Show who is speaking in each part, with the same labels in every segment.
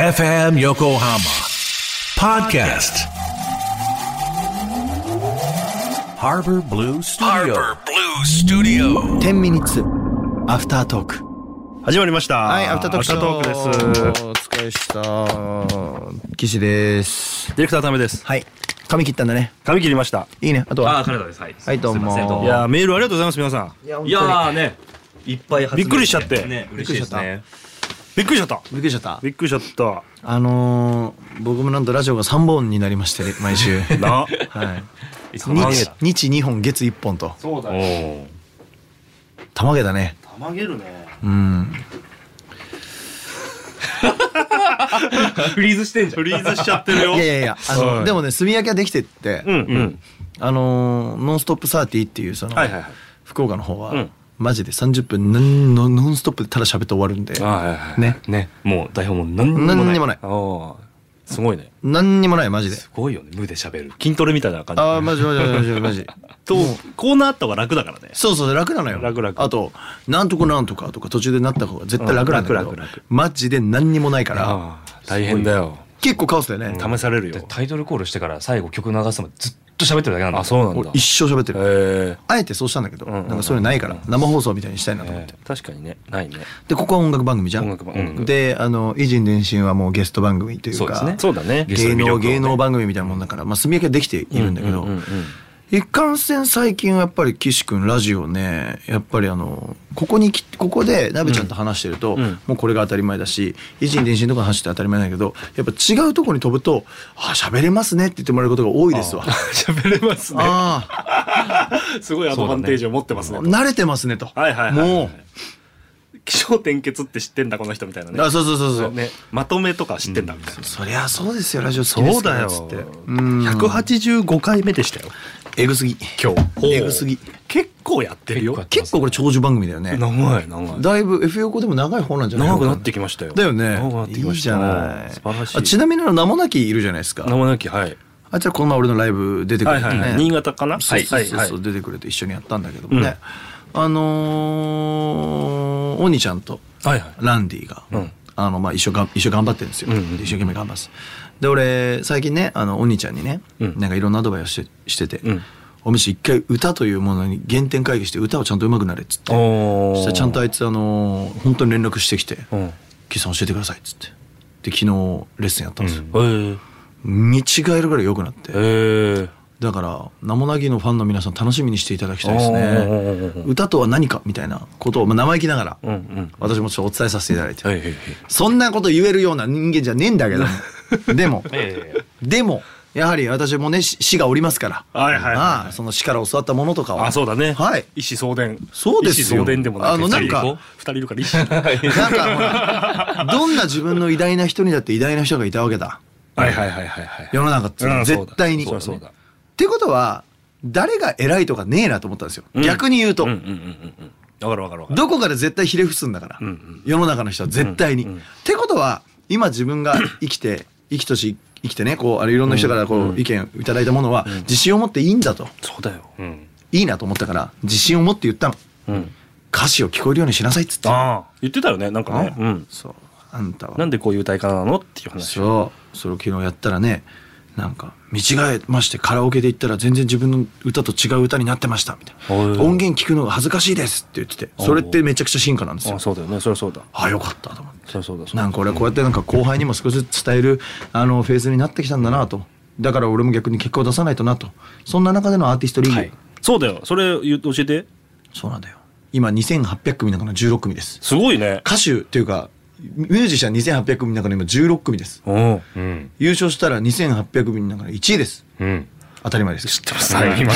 Speaker 1: FM Yokohama Podcast Harbor Blue Studio
Speaker 2: Harbor Blue Studio
Speaker 3: 10ミニッツアフタートーク
Speaker 4: 始まりました。
Speaker 3: はいアフタートーク
Speaker 4: アフタートークです。
Speaker 3: お疲れした岸です
Speaker 4: ディレクターためです。
Speaker 3: はい髪切ったんだね
Speaker 4: 髪切りました。
Speaker 3: いいねあと
Speaker 2: あ
Speaker 3: は
Speaker 2: あ、金田です。はい。
Speaker 3: はいどうも
Speaker 2: すいませんどう
Speaker 4: いやーメールありがとうございます皆さん。
Speaker 3: いや
Speaker 2: いやーね、いっぱい発明
Speaker 4: びっくりしちゃって
Speaker 2: ね、嬉しいですね。
Speaker 4: びっくりしちゃった。
Speaker 3: びっくりしちゃった
Speaker 4: びっくりしちゃった。
Speaker 3: あのー、僕もなんとラジオが3本になりまして毎週
Speaker 4: な。
Speaker 3: はい
Speaker 2: いつも投げ
Speaker 3: 日
Speaker 2: た。
Speaker 3: 日2本月1本と
Speaker 4: そうだ
Speaker 2: お。ー
Speaker 3: たまげだね
Speaker 4: たまげるね。
Speaker 3: うん
Speaker 2: フリーズしてんじゃ
Speaker 4: フ
Speaker 2: ん。
Speaker 4: リーズしちゃってる
Speaker 3: い
Speaker 4: よ。
Speaker 3: やいやいやあの、
Speaker 4: はい
Speaker 3: でもね炭焼きはできてって、
Speaker 4: うんうん。
Speaker 3: あのー「ノンストップサーティーっていうその、
Speaker 4: はいはいはい。
Speaker 3: 福岡の方は、
Speaker 4: うん
Speaker 3: マジで30分なんのノンストップでただ喋って終わるんで
Speaker 4: はいはいはい。
Speaker 3: ね
Speaker 4: ね。もう台本も何にもない。
Speaker 3: 何にもない
Speaker 4: おーすごいね。
Speaker 3: 何にもないマジです
Speaker 2: ごいよね、無で喋る。
Speaker 4: 筋トレみたいな感じ。
Speaker 3: ああマジマジマジマジ
Speaker 4: とコーナーあった方が楽だからね。
Speaker 3: そうそう楽なのよ
Speaker 4: 楽楽
Speaker 3: あと「なんとかなんとか」とか途中でなった方が絶対楽なんだけど、
Speaker 4: うん楽楽楽
Speaker 3: マジで何にもないから
Speaker 4: ああ大変だよ。
Speaker 3: 結構カオスだよね、
Speaker 4: 試されるよ。
Speaker 2: タイトルコールしてから最後曲流すまでずっと喋ってるだけなんだ。
Speaker 4: あそうなん
Speaker 3: 俺
Speaker 4: だ。
Speaker 3: 一生喋ってる、
Speaker 4: え
Speaker 3: あえてそうしたんだけど、
Speaker 4: んうんうん
Speaker 3: なんかそういうのないから生放送みたいにしたいなと思って、
Speaker 4: ー。確かにねないね。
Speaker 3: でここは音楽番組じゃん
Speaker 4: 音楽番音楽
Speaker 3: であの「偉人伝心」はもうゲスト番組という
Speaker 2: そうです
Speaker 3: か
Speaker 2: ね
Speaker 4: そうだね。
Speaker 2: ゲストの
Speaker 3: 芸
Speaker 2: 魅力
Speaker 3: 能
Speaker 2: をね
Speaker 3: 芸能番組みたいなもんだからまあ炭焼きはできているんだけど、
Speaker 4: うんうんうん
Speaker 3: 一貫せん最近はやっぱり岸君ラジオねやっぱりあのここにきここで鍋ちゃんと話してると、
Speaker 4: うん
Speaker 3: もうこれが当たり前だし偉人伝心とかの話って当たり前だけどやっぱ違うところに飛ぶと「あ喋れますね」って言ってもらえることが多いですわ。
Speaker 4: 喋れますね。
Speaker 3: あ
Speaker 4: すごいアドバンテージを持ってます
Speaker 3: あ
Speaker 4: ね。
Speaker 3: 慣れてますねと。
Speaker 4: はいはいはい
Speaker 3: も
Speaker 4: 気象転結って知ってんだこの人みたいな
Speaker 3: うあ
Speaker 4: ね
Speaker 3: そうそうそうそう。
Speaker 4: ねまとめとか知ってんだみたいな、
Speaker 3: そりゃそうですよラジオ好きですからっつって。うん
Speaker 4: 185回目でしたよ
Speaker 3: えぐすぎ。
Speaker 4: 今日
Speaker 3: えぐすぎ
Speaker 4: 結構やってるよ
Speaker 2: 結
Speaker 3: 結構これ長寿番組だよね。
Speaker 4: 長い長い
Speaker 3: だいぶ F 横でも長い方なんじゃない
Speaker 4: 長くなってきましたよ
Speaker 3: だよね
Speaker 4: 長くなってきま
Speaker 3: いい
Speaker 4: した
Speaker 3: じゃない
Speaker 4: 素晴らしい
Speaker 3: あちなみにあの名もなきいるじゃないですか
Speaker 4: 生なきはい
Speaker 3: あいつはこの前俺のライブ出てく
Speaker 4: は
Speaker 3: れ
Speaker 4: い
Speaker 3: て
Speaker 4: は
Speaker 3: ね、
Speaker 4: いはい新潟かな
Speaker 3: そうそうそう
Speaker 4: はい
Speaker 3: そ
Speaker 4: は
Speaker 3: う
Speaker 4: い
Speaker 3: 出てくれて一緒にやったんだけどもね、あのー、鬼ちゃんと
Speaker 4: はいはい
Speaker 3: ランディが、
Speaker 4: うん
Speaker 3: あのまあ一緒が一緒頑張ってるんですよ、
Speaker 4: うんうん
Speaker 3: で一生懸命頑張ってますで俺最近ねあの鬼ちゃんにね、
Speaker 4: うん
Speaker 3: なんかいろんなアドバイスしてしてて、
Speaker 4: うん
Speaker 3: おみし一回歌というものに原点回帰して歌をちゃんと上手くなれっつって
Speaker 4: お
Speaker 3: そしたらちゃんとあいつあのー本当に連絡してきて
Speaker 4: うん
Speaker 3: 「岸さん教えてください」っつってで昨日レッスンやったんですよ、
Speaker 4: えー、
Speaker 3: 見違えるぐらい良くなって
Speaker 4: えー、
Speaker 3: だから名もなぎのファンの皆さん楽しみにしていただきたいです
Speaker 4: お
Speaker 3: ね
Speaker 4: ー
Speaker 3: 歌とは何かみたいなことを、まあ、生意気ながら
Speaker 4: うんうん
Speaker 3: 私もちょっとお伝えさせていただいて、
Speaker 4: はいはいはい
Speaker 3: そんなこと言えるような人間じゃねえんだけど でも
Speaker 2: え
Speaker 3: でもやはり私もねし師がおりますから、
Speaker 4: はいはいはいはい
Speaker 3: まあその師から教わったものとかは
Speaker 4: あそうだね
Speaker 3: はい
Speaker 4: 意思相伝
Speaker 3: そうですよ
Speaker 4: 意思相伝でもなく
Speaker 3: あのなんか
Speaker 4: 二人いる二人いるから意 思
Speaker 3: なんかほ らどんな自分の偉大な人にだって偉大な人がいたわけだ
Speaker 4: はいはいはいはいはい
Speaker 3: 世の中っていうのは
Speaker 4: うんそうだ
Speaker 3: 絶対に。
Speaker 4: そうだそうだ
Speaker 3: ってことは誰が偉いとかねえなと思ったんですよ、
Speaker 4: ん
Speaker 3: 逆に言うと、
Speaker 4: うんうんうんうんうんわかるわかるわかる
Speaker 3: どこかで絶対ひれ伏すんだから、
Speaker 4: んうん
Speaker 3: 世の中の人は絶対に。
Speaker 4: うんうん
Speaker 3: ってことは今自分 が生きて生きとし生きてねこうあのいろんな人からこう意見をいただいたものは自信を持っていいんだと、
Speaker 4: そうだようん
Speaker 3: いいなと思ったから自信を持って言ったの
Speaker 4: うん
Speaker 3: 歌詞を聞こえるようにしなさいっつって
Speaker 4: ああ言ってたよねなんかね
Speaker 3: あ
Speaker 4: うん
Speaker 3: そうあんたは
Speaker 4: なんでこういう歌い方なのっていう話を
Speaker 3: そうそれを昨日やったらねなんか見違えましてカラオケで行ったら全然自分の歌と違う歌になってましたみたいな
Speaker 4: おい
Speaker 3: 音源聞くのが恥ずかしいですって言っててそれってめちゃくちゃ進化なんです
Speaker 4: あ
Speaker 3: よ
Speaker 4: あそうだよねそりゃそうだ
Speaker 3: あよかったと思って
Speaker 4: そりゃそうだそうだ
Speaker 3: なんか俺はこうやってなんか後輩にも少しずつ伝えるあのフェーズになってきたんだなとだから俺も逆に結果を出さないとなとそんな中でのアーティストリーグ、
Speaker 4: はいそうだよそれ言う教えて
Speaker 3: そうなんだよ今2800組の中の16組です
Speaker 4: すごいね
Speaker 3: 歌手っていうかミュージシャン2800組の中の今16組です
Speaker 4: うん
Speaker 2: えうん。
Speaker 3: 優勝したら2800組の中で1位です
Speaker 2: うん。
Speaker 3: 当たり前です
Speaker 2: はい、今、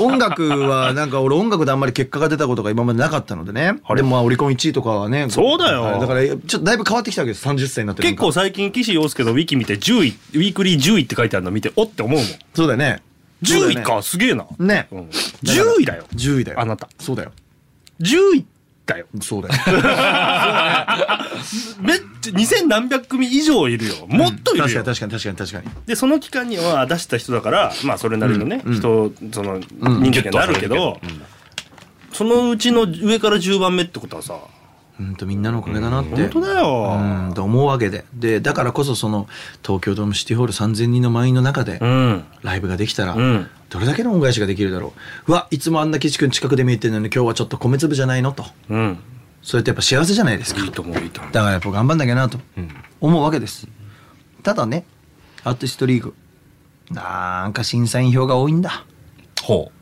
Speaker 3: 音楽はなんか俺音楽であんまり結果が出たことが今までなかったのでね
Speaker 4: あれ
Speaker 3: でもまあオリコン1位とかはね
Speaker 4: そうだよ
Speaker 3: はいだからちょっとだいぶ変わってきたわけです30歳になって
Speaker 4: 結構最近岸洋介のウィキ見て10位ウィークリー10位って書いてあるの見ておって思うもん
Speaker 3: そうだよね
Speaker 4: 10位かすげえな
Speaker 3: ね
Speaker 4: うん10位だよ
Speaker 3: 10位だよ
Speaker 4: あなた
Speaker 3: そうだよ
Speaker 4: 10位だよ
Speaker 3: そうだよ
Speaker 4: めっちゃ2000何百組以上いるよもっといるよ
Speaker 3: 確かに確かに確かに確かに
Speaker 4: でその期間には出した人だからまあそれなりのね、
Speaker 3: うんうん
Speaker 4: 人その人気にはなるけど、そのうちの上から10番目ってことはさ
Speaker 3: うんとみんなのおかげだなって、
Speaker 4: 本当だよ
Speaker 3: うんと思うわけででだからこそその東京ドームシティホール3,000人の満員の中で
Speaker 4: うん
Speaker 3: ライブができたら、
Speaker 4: うん
Speaker 3: どれだけの恩返しができるだろううわいつもあんな岸君近くで見えてるのに今日はちょっと米粒じゃないのと
Speaker 4: うん
Speaker 3: それってやっぱ幸せじゃないですか
Speaker 4: いいと思ういいと思う
Speaker 3: だからやっぱ頑張んなきゃなと思うわけです、ただねアーティストリーグなんか審査員票が多いんだ
Speaker 2: ほ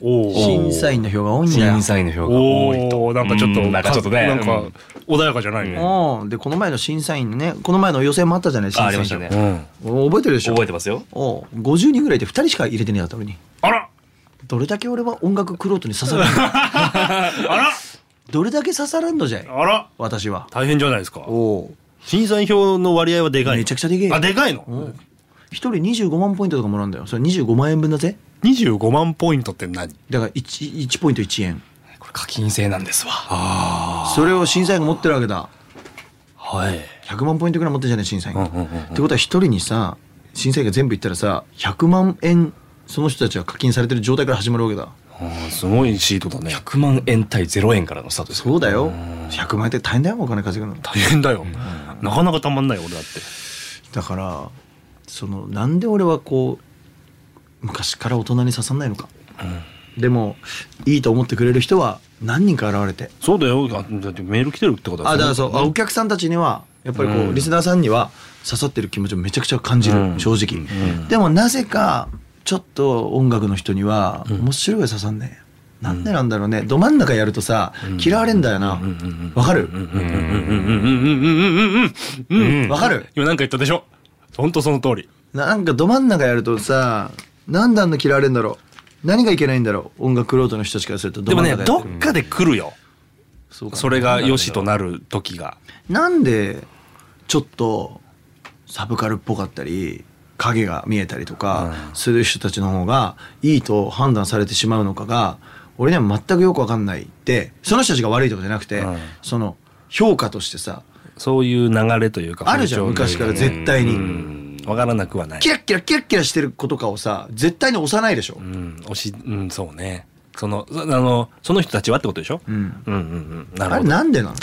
Speaker 4: おー
Speaker 3: 審査員の票が多い
Speaker 2: うん
Speaker 3: だよ
Speaker 2: 審査員の票が多いと
Speaker 4: おおなんかちょっと
Speaker 2: うんなんかちょっとね
Speaker 4: なんか
Speaker 2: うん
Speaker 4: 穏やかじゃないね
Speaker 3: うんでこの前の審査員のねこの前の予選もあったじゃない審
Speaker 2: ああ
Speaker 3: 査
Speaker 2: り
Speaker 3: 員
Speaker 2: ましたね
Speaker 4: うん
Speaker 3: お覚えてるでしょ
Speaker 2: 覚えてますよ
Speaker 3: おう50人ぐらいで2人しか入れてねえやったのに
Speaker 4: あら
Speaker 3: どれだけ俺は音楽クロートに刺さる んだ
Speaker 4: あら
Speaker 3: どれだけ刺さるんのじゃい
Speaker 4: あら
Speaker 3: 私は
Speaker 4: 大変じゃないですか
Speaker 3: おう
Speaker 4: 審査員票の割合はでかい
Speaker 3: めちゃくちゃでけえよ
Speaker 4: あでかいの
Speaker 3: 1人25万ポイントとかもらうんだよそれ25万円分だぜ
Speaker 4: 25万ポイントって何
Speaker 3: だから 1, 1ポイント1円
Speaker 2: これ課金制なんですわ
Speaker 3: それを審査員が持ってるわけだ
Speaker 4: はい
Speaker 3: 100万ポイントぐらい持ってるじゃない審査員が、
Speaker 4: うんうんうんうん
Speaker 3: ってことは1人にさ審査員が全部いったらさ100万円その人たちが課金されてる状態から始まるわけだ
Speaker 4: すごいシートだね
Speaker 2: 100万円対0円からのスタートですよ
Speaker 3: そうだよ100万円って大変だよお金稼ぐの
Speaker 4: 大変だよなかなかたまんないよ俺だって
Speaker 3: だからそのなんで俺はこう昔から大人に刺さんないのか、でもいいと思ってくれる人は何人か現れて
Speaker 4: そうだよあだってメール来てるってこと
Speaker 3: あだからそう、あお
Speaker 4: ん
Speaker 3: 客さんたちにはやっぱりこう、
Speaker 4: うん
Speaker 3: リスナーさんには刺さってる気持ちをめちゃくちゃ感じる、
Speaker 4: うん
Speaker 3: 正直、
Speaker 4: うん
Speaker 3: でもなぜかちょっと音楽の人には面白いが刺さんねえなんでなんだろうねど真ん中やるとさ嫌われんだよなわ、かる
Speaker 4: うんうんうんうんうんうんうんうんうん
Speaker 3: わ、かる
Speaker 4: 今なんか言ったでしょほんとその通り
Speaker 3: なんかど真ん中やるとさなんであんな嫌われんだろう何がいけないんだろう音楽クロートの人たちからすると
Speaker 4: でもね
Speaker 3: ど真ん中や
Speaker 4: ど
Speaker 3: ってる
Speaker 4: っかで来るよ
Speaker 3: そうか
Speaker 4: それがよしとなる時が
Speaker 3: なんでちょっとサブカルっぽかったり影が見えたりとかする人たちの方がいいと判断されてしまうのかが俺には全くよく分かんないってその人たちが悪いとかじゃなくて、
Speaker 4: うん
Speaker 3: その評価としてさ
Speaker 4: そういう流れというか
Speaker 3: あるじゃん
Speaker 4: 風
Speaker 3: 昔
Speaker 4: 潮と
Speaker 3: から
Speaker 4: いう
Speaker 3: 絶対に、
Speaker 4: うんわからなくはない
Speaker 3: キラッキラキラッキラしてる子とかをさ絶対に押さないでしょ、
Speaker 4: うん押しうんそうねそのそあのその人たちはってことでしょ
Speaker 3: うん
Speaker 4: うんうんうんな
Speaker 3: あれ
Speaker 4: るほど
Speaker 3: なんでなの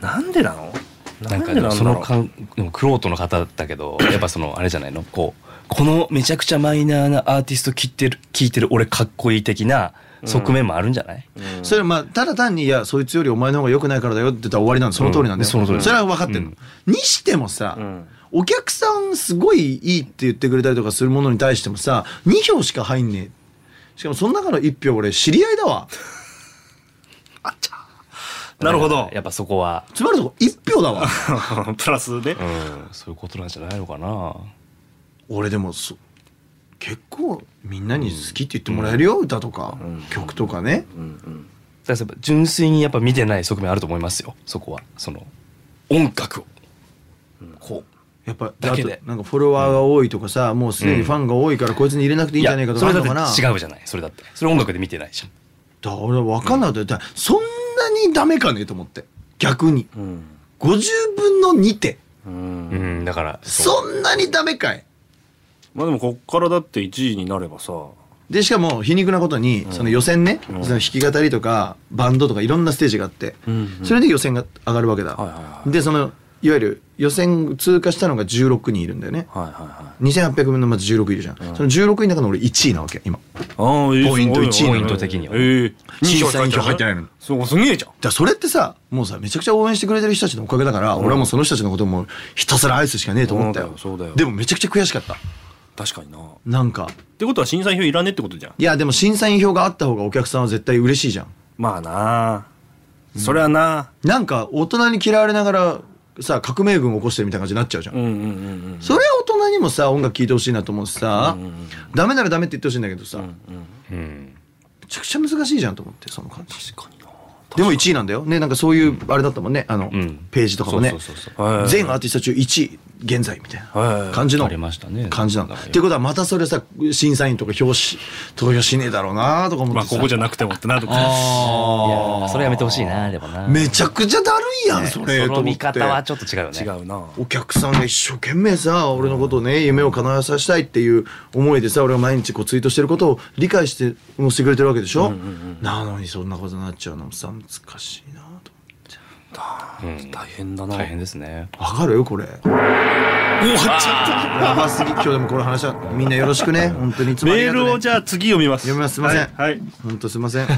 Speaker 4: なんでなの
Speaker 2: なんかで
Speaker 4: で
Speaker 2: もその
Speaker 4: か
Speaker 2: かんでもクロートの方だけ どやっぱそのあれじゃないのこうこのめちゃくちゃマイナーなアーティスト聴いてる聞いてる俺かっこいい的な側面もあるんじゃない、
Speaker 3: それはまあただ単に「いやそいつよりお前の方が良くないからだよ」って言ったら終わりなんでその通りなん
Speaker 2: う
Speaker 3: だよ、
Speaker 2: んその通り
Speaker 3: それは分かってるの、にしてもさ、お客さんすごいいいって言ってくれたりとかするものに対してもさ2票しか入んねえしかもその中の1票俺知り合いだわ
Speaker 4: なるほど
Speaker 2: やっぱそこは、
Speaker 3: つまりそこ1票 だわ
Speaker 4: プラスで
Speaker 2: うん、そういうことなんじゃないのかな
Speaker 3: 俺でもそ結構みんなに好きって言ってもらえるよ、歌とか、曲とかね、
Speaker 2: だからやっぱ純粋にやっぱ見てない側面あると思いますよそこはその音楽をこ
Speaker 3: やっぱ
Speaker 2: だけで
Speaker 3: あとなんかフォロワーが多いとかさ、もうすでにファンが多いからこいつに入れなく
Speaker 2: う
Speaker 3: ていいんじゃないかと
Speaker 2: そ
Speaker 3: かあ
Speaker 2: れ
Speaker 3: る
Speaker 2: だ
Speaker 3: のかな
Speaker 2: って違うじゃないそれだってそれ音楽で見てないじゃん
Speaker 3: だから俺分かんなかったよだからそんなにダメかねと思って逆に
Speaker 4: うん
Speaker 3: 50分の2って
Speaker 4: うん
Speaker 2: うんだから
Speaker 3: そんなにダメかい
Speaker 4: まあでもこっからだって1位になればさ
Speaker 3: でしかも皮肉なことにその予選ね、
Speaker 4: ん
Speaker 3: その弾き語りとかバンドとかいろんなステージがあって、
Speaker 4: うんうん
Speaker 3: それで予選が上がるわけだ、
Speaker 4: はいはいはい
Speaker 3: でそのいわゆる予選通過したのが16人いるんだよね、
Speaker 4: はいはいはい
Speaker 3: 2800分のまず16いるじゃん、その16人の中の俺1位なわけ今だか
Speaker 4: ああいい
Speaker 3: ポイント
Speaker 4: すごい
Speaker 3: 一位
Speaker 4: ね
Speaker 2: ポイント的には
Speaker 4: ええ
Speaker 3: 審査員票入ってないのに
Speaker 4: そうすげえじゃん
Speaker 3: らそれってさもうさめちゃくちゃ応援してくれてる人たちのおかげだから、俺はもうその人たちのことをもうひたすら愛すしかねえと思ったよ
Speaker 4: そうだよそうだよ
Speaker 3: でもめちゃくちゃ悔しかった
Speaker 4: 確かになっ
Speaker 3: なんか
Speaker 4: てことは審査員票いらねえってことじゃん
Speaker 3: いやでも審査員票があった方がお客さんは絶対嬉しいじゃん
Speaker 4: まあなそれはな
Speaker 3: なんか大人に嫌われながらさ革命軍を起こしてるみたいな感じになっちゃうじゃん、
Speaker 4: うんうんうんうん
Speaker 3: それは大人にもさ音楽聴いてほしいなと思うしさ、ダメならダメって言ってほしいんだけど
Speaker 2: う
Speaker 3: さ、
Speaker 2: ん
Speaker 3: めちゃくちゃ難しいじゃんと思ってその感じ
Speaker 4: 確かにな
Speaker 3: でも1位なんだよねなんかそういうあれだったもんねあの、
Speaker 2: ん
Speaker 3: ページとかもね
Speaker 2: そうそうそう
Speaker 4: はいはいはい
Speaker 3: 全アーティスト中1位現在みたい
Speaker 4: はいは
Speaker 3: ない感じの
Speaker 2: ありましたね
Speaker 3: 感じなんだ
Speaker 2: なんか
Speaker 3: ってことはまたそれさ審査員とか表紙投票しねえだろうなとか思って
Speaker 4: まあ
Speaker 3: さ
Speaker 4: ここじゃなくてもってなる
Speaker 2: い
Speaker 3: あ
Speaker 2: や
Speaker 3: ー
Speaker 2: それやめてほしいなでもな
Speaker 3: めちゃくちゃだるいやんそれ
Speaker 2: その
Speaker 3: と思って
Speaker 2: 見方はちょっと違うよね
Speaker 4: 違うな
Speaker 3: お客さんが一生懸命さ俺のことをね夢を叶えさせたいっていう思いでさ俺が毎日こうツイートしてることを理解してもうしてくれてるわけでしょ、なのにそんなことになっちゃうのもさ難しいなと思って
Speaker 2: うん
Speaker 4: 大変だな
Speaker 2: 大変ですね
Speaker 3: わかるこれ
Speaker 4: 終わっちゃった
Speaker 3: やばすぎ今日でもこの話はみんなよろしくね本当にいつもあり
Speaker 4: メ
Speaker 3: が
Speaker 4: ー
Speaker 3: とう、ね、
Speaker 4: ルをじゃあ次読みます
Speaker 3: 読みますすいません
Speaker 4: はいはい
Speaker 3: 本当すいません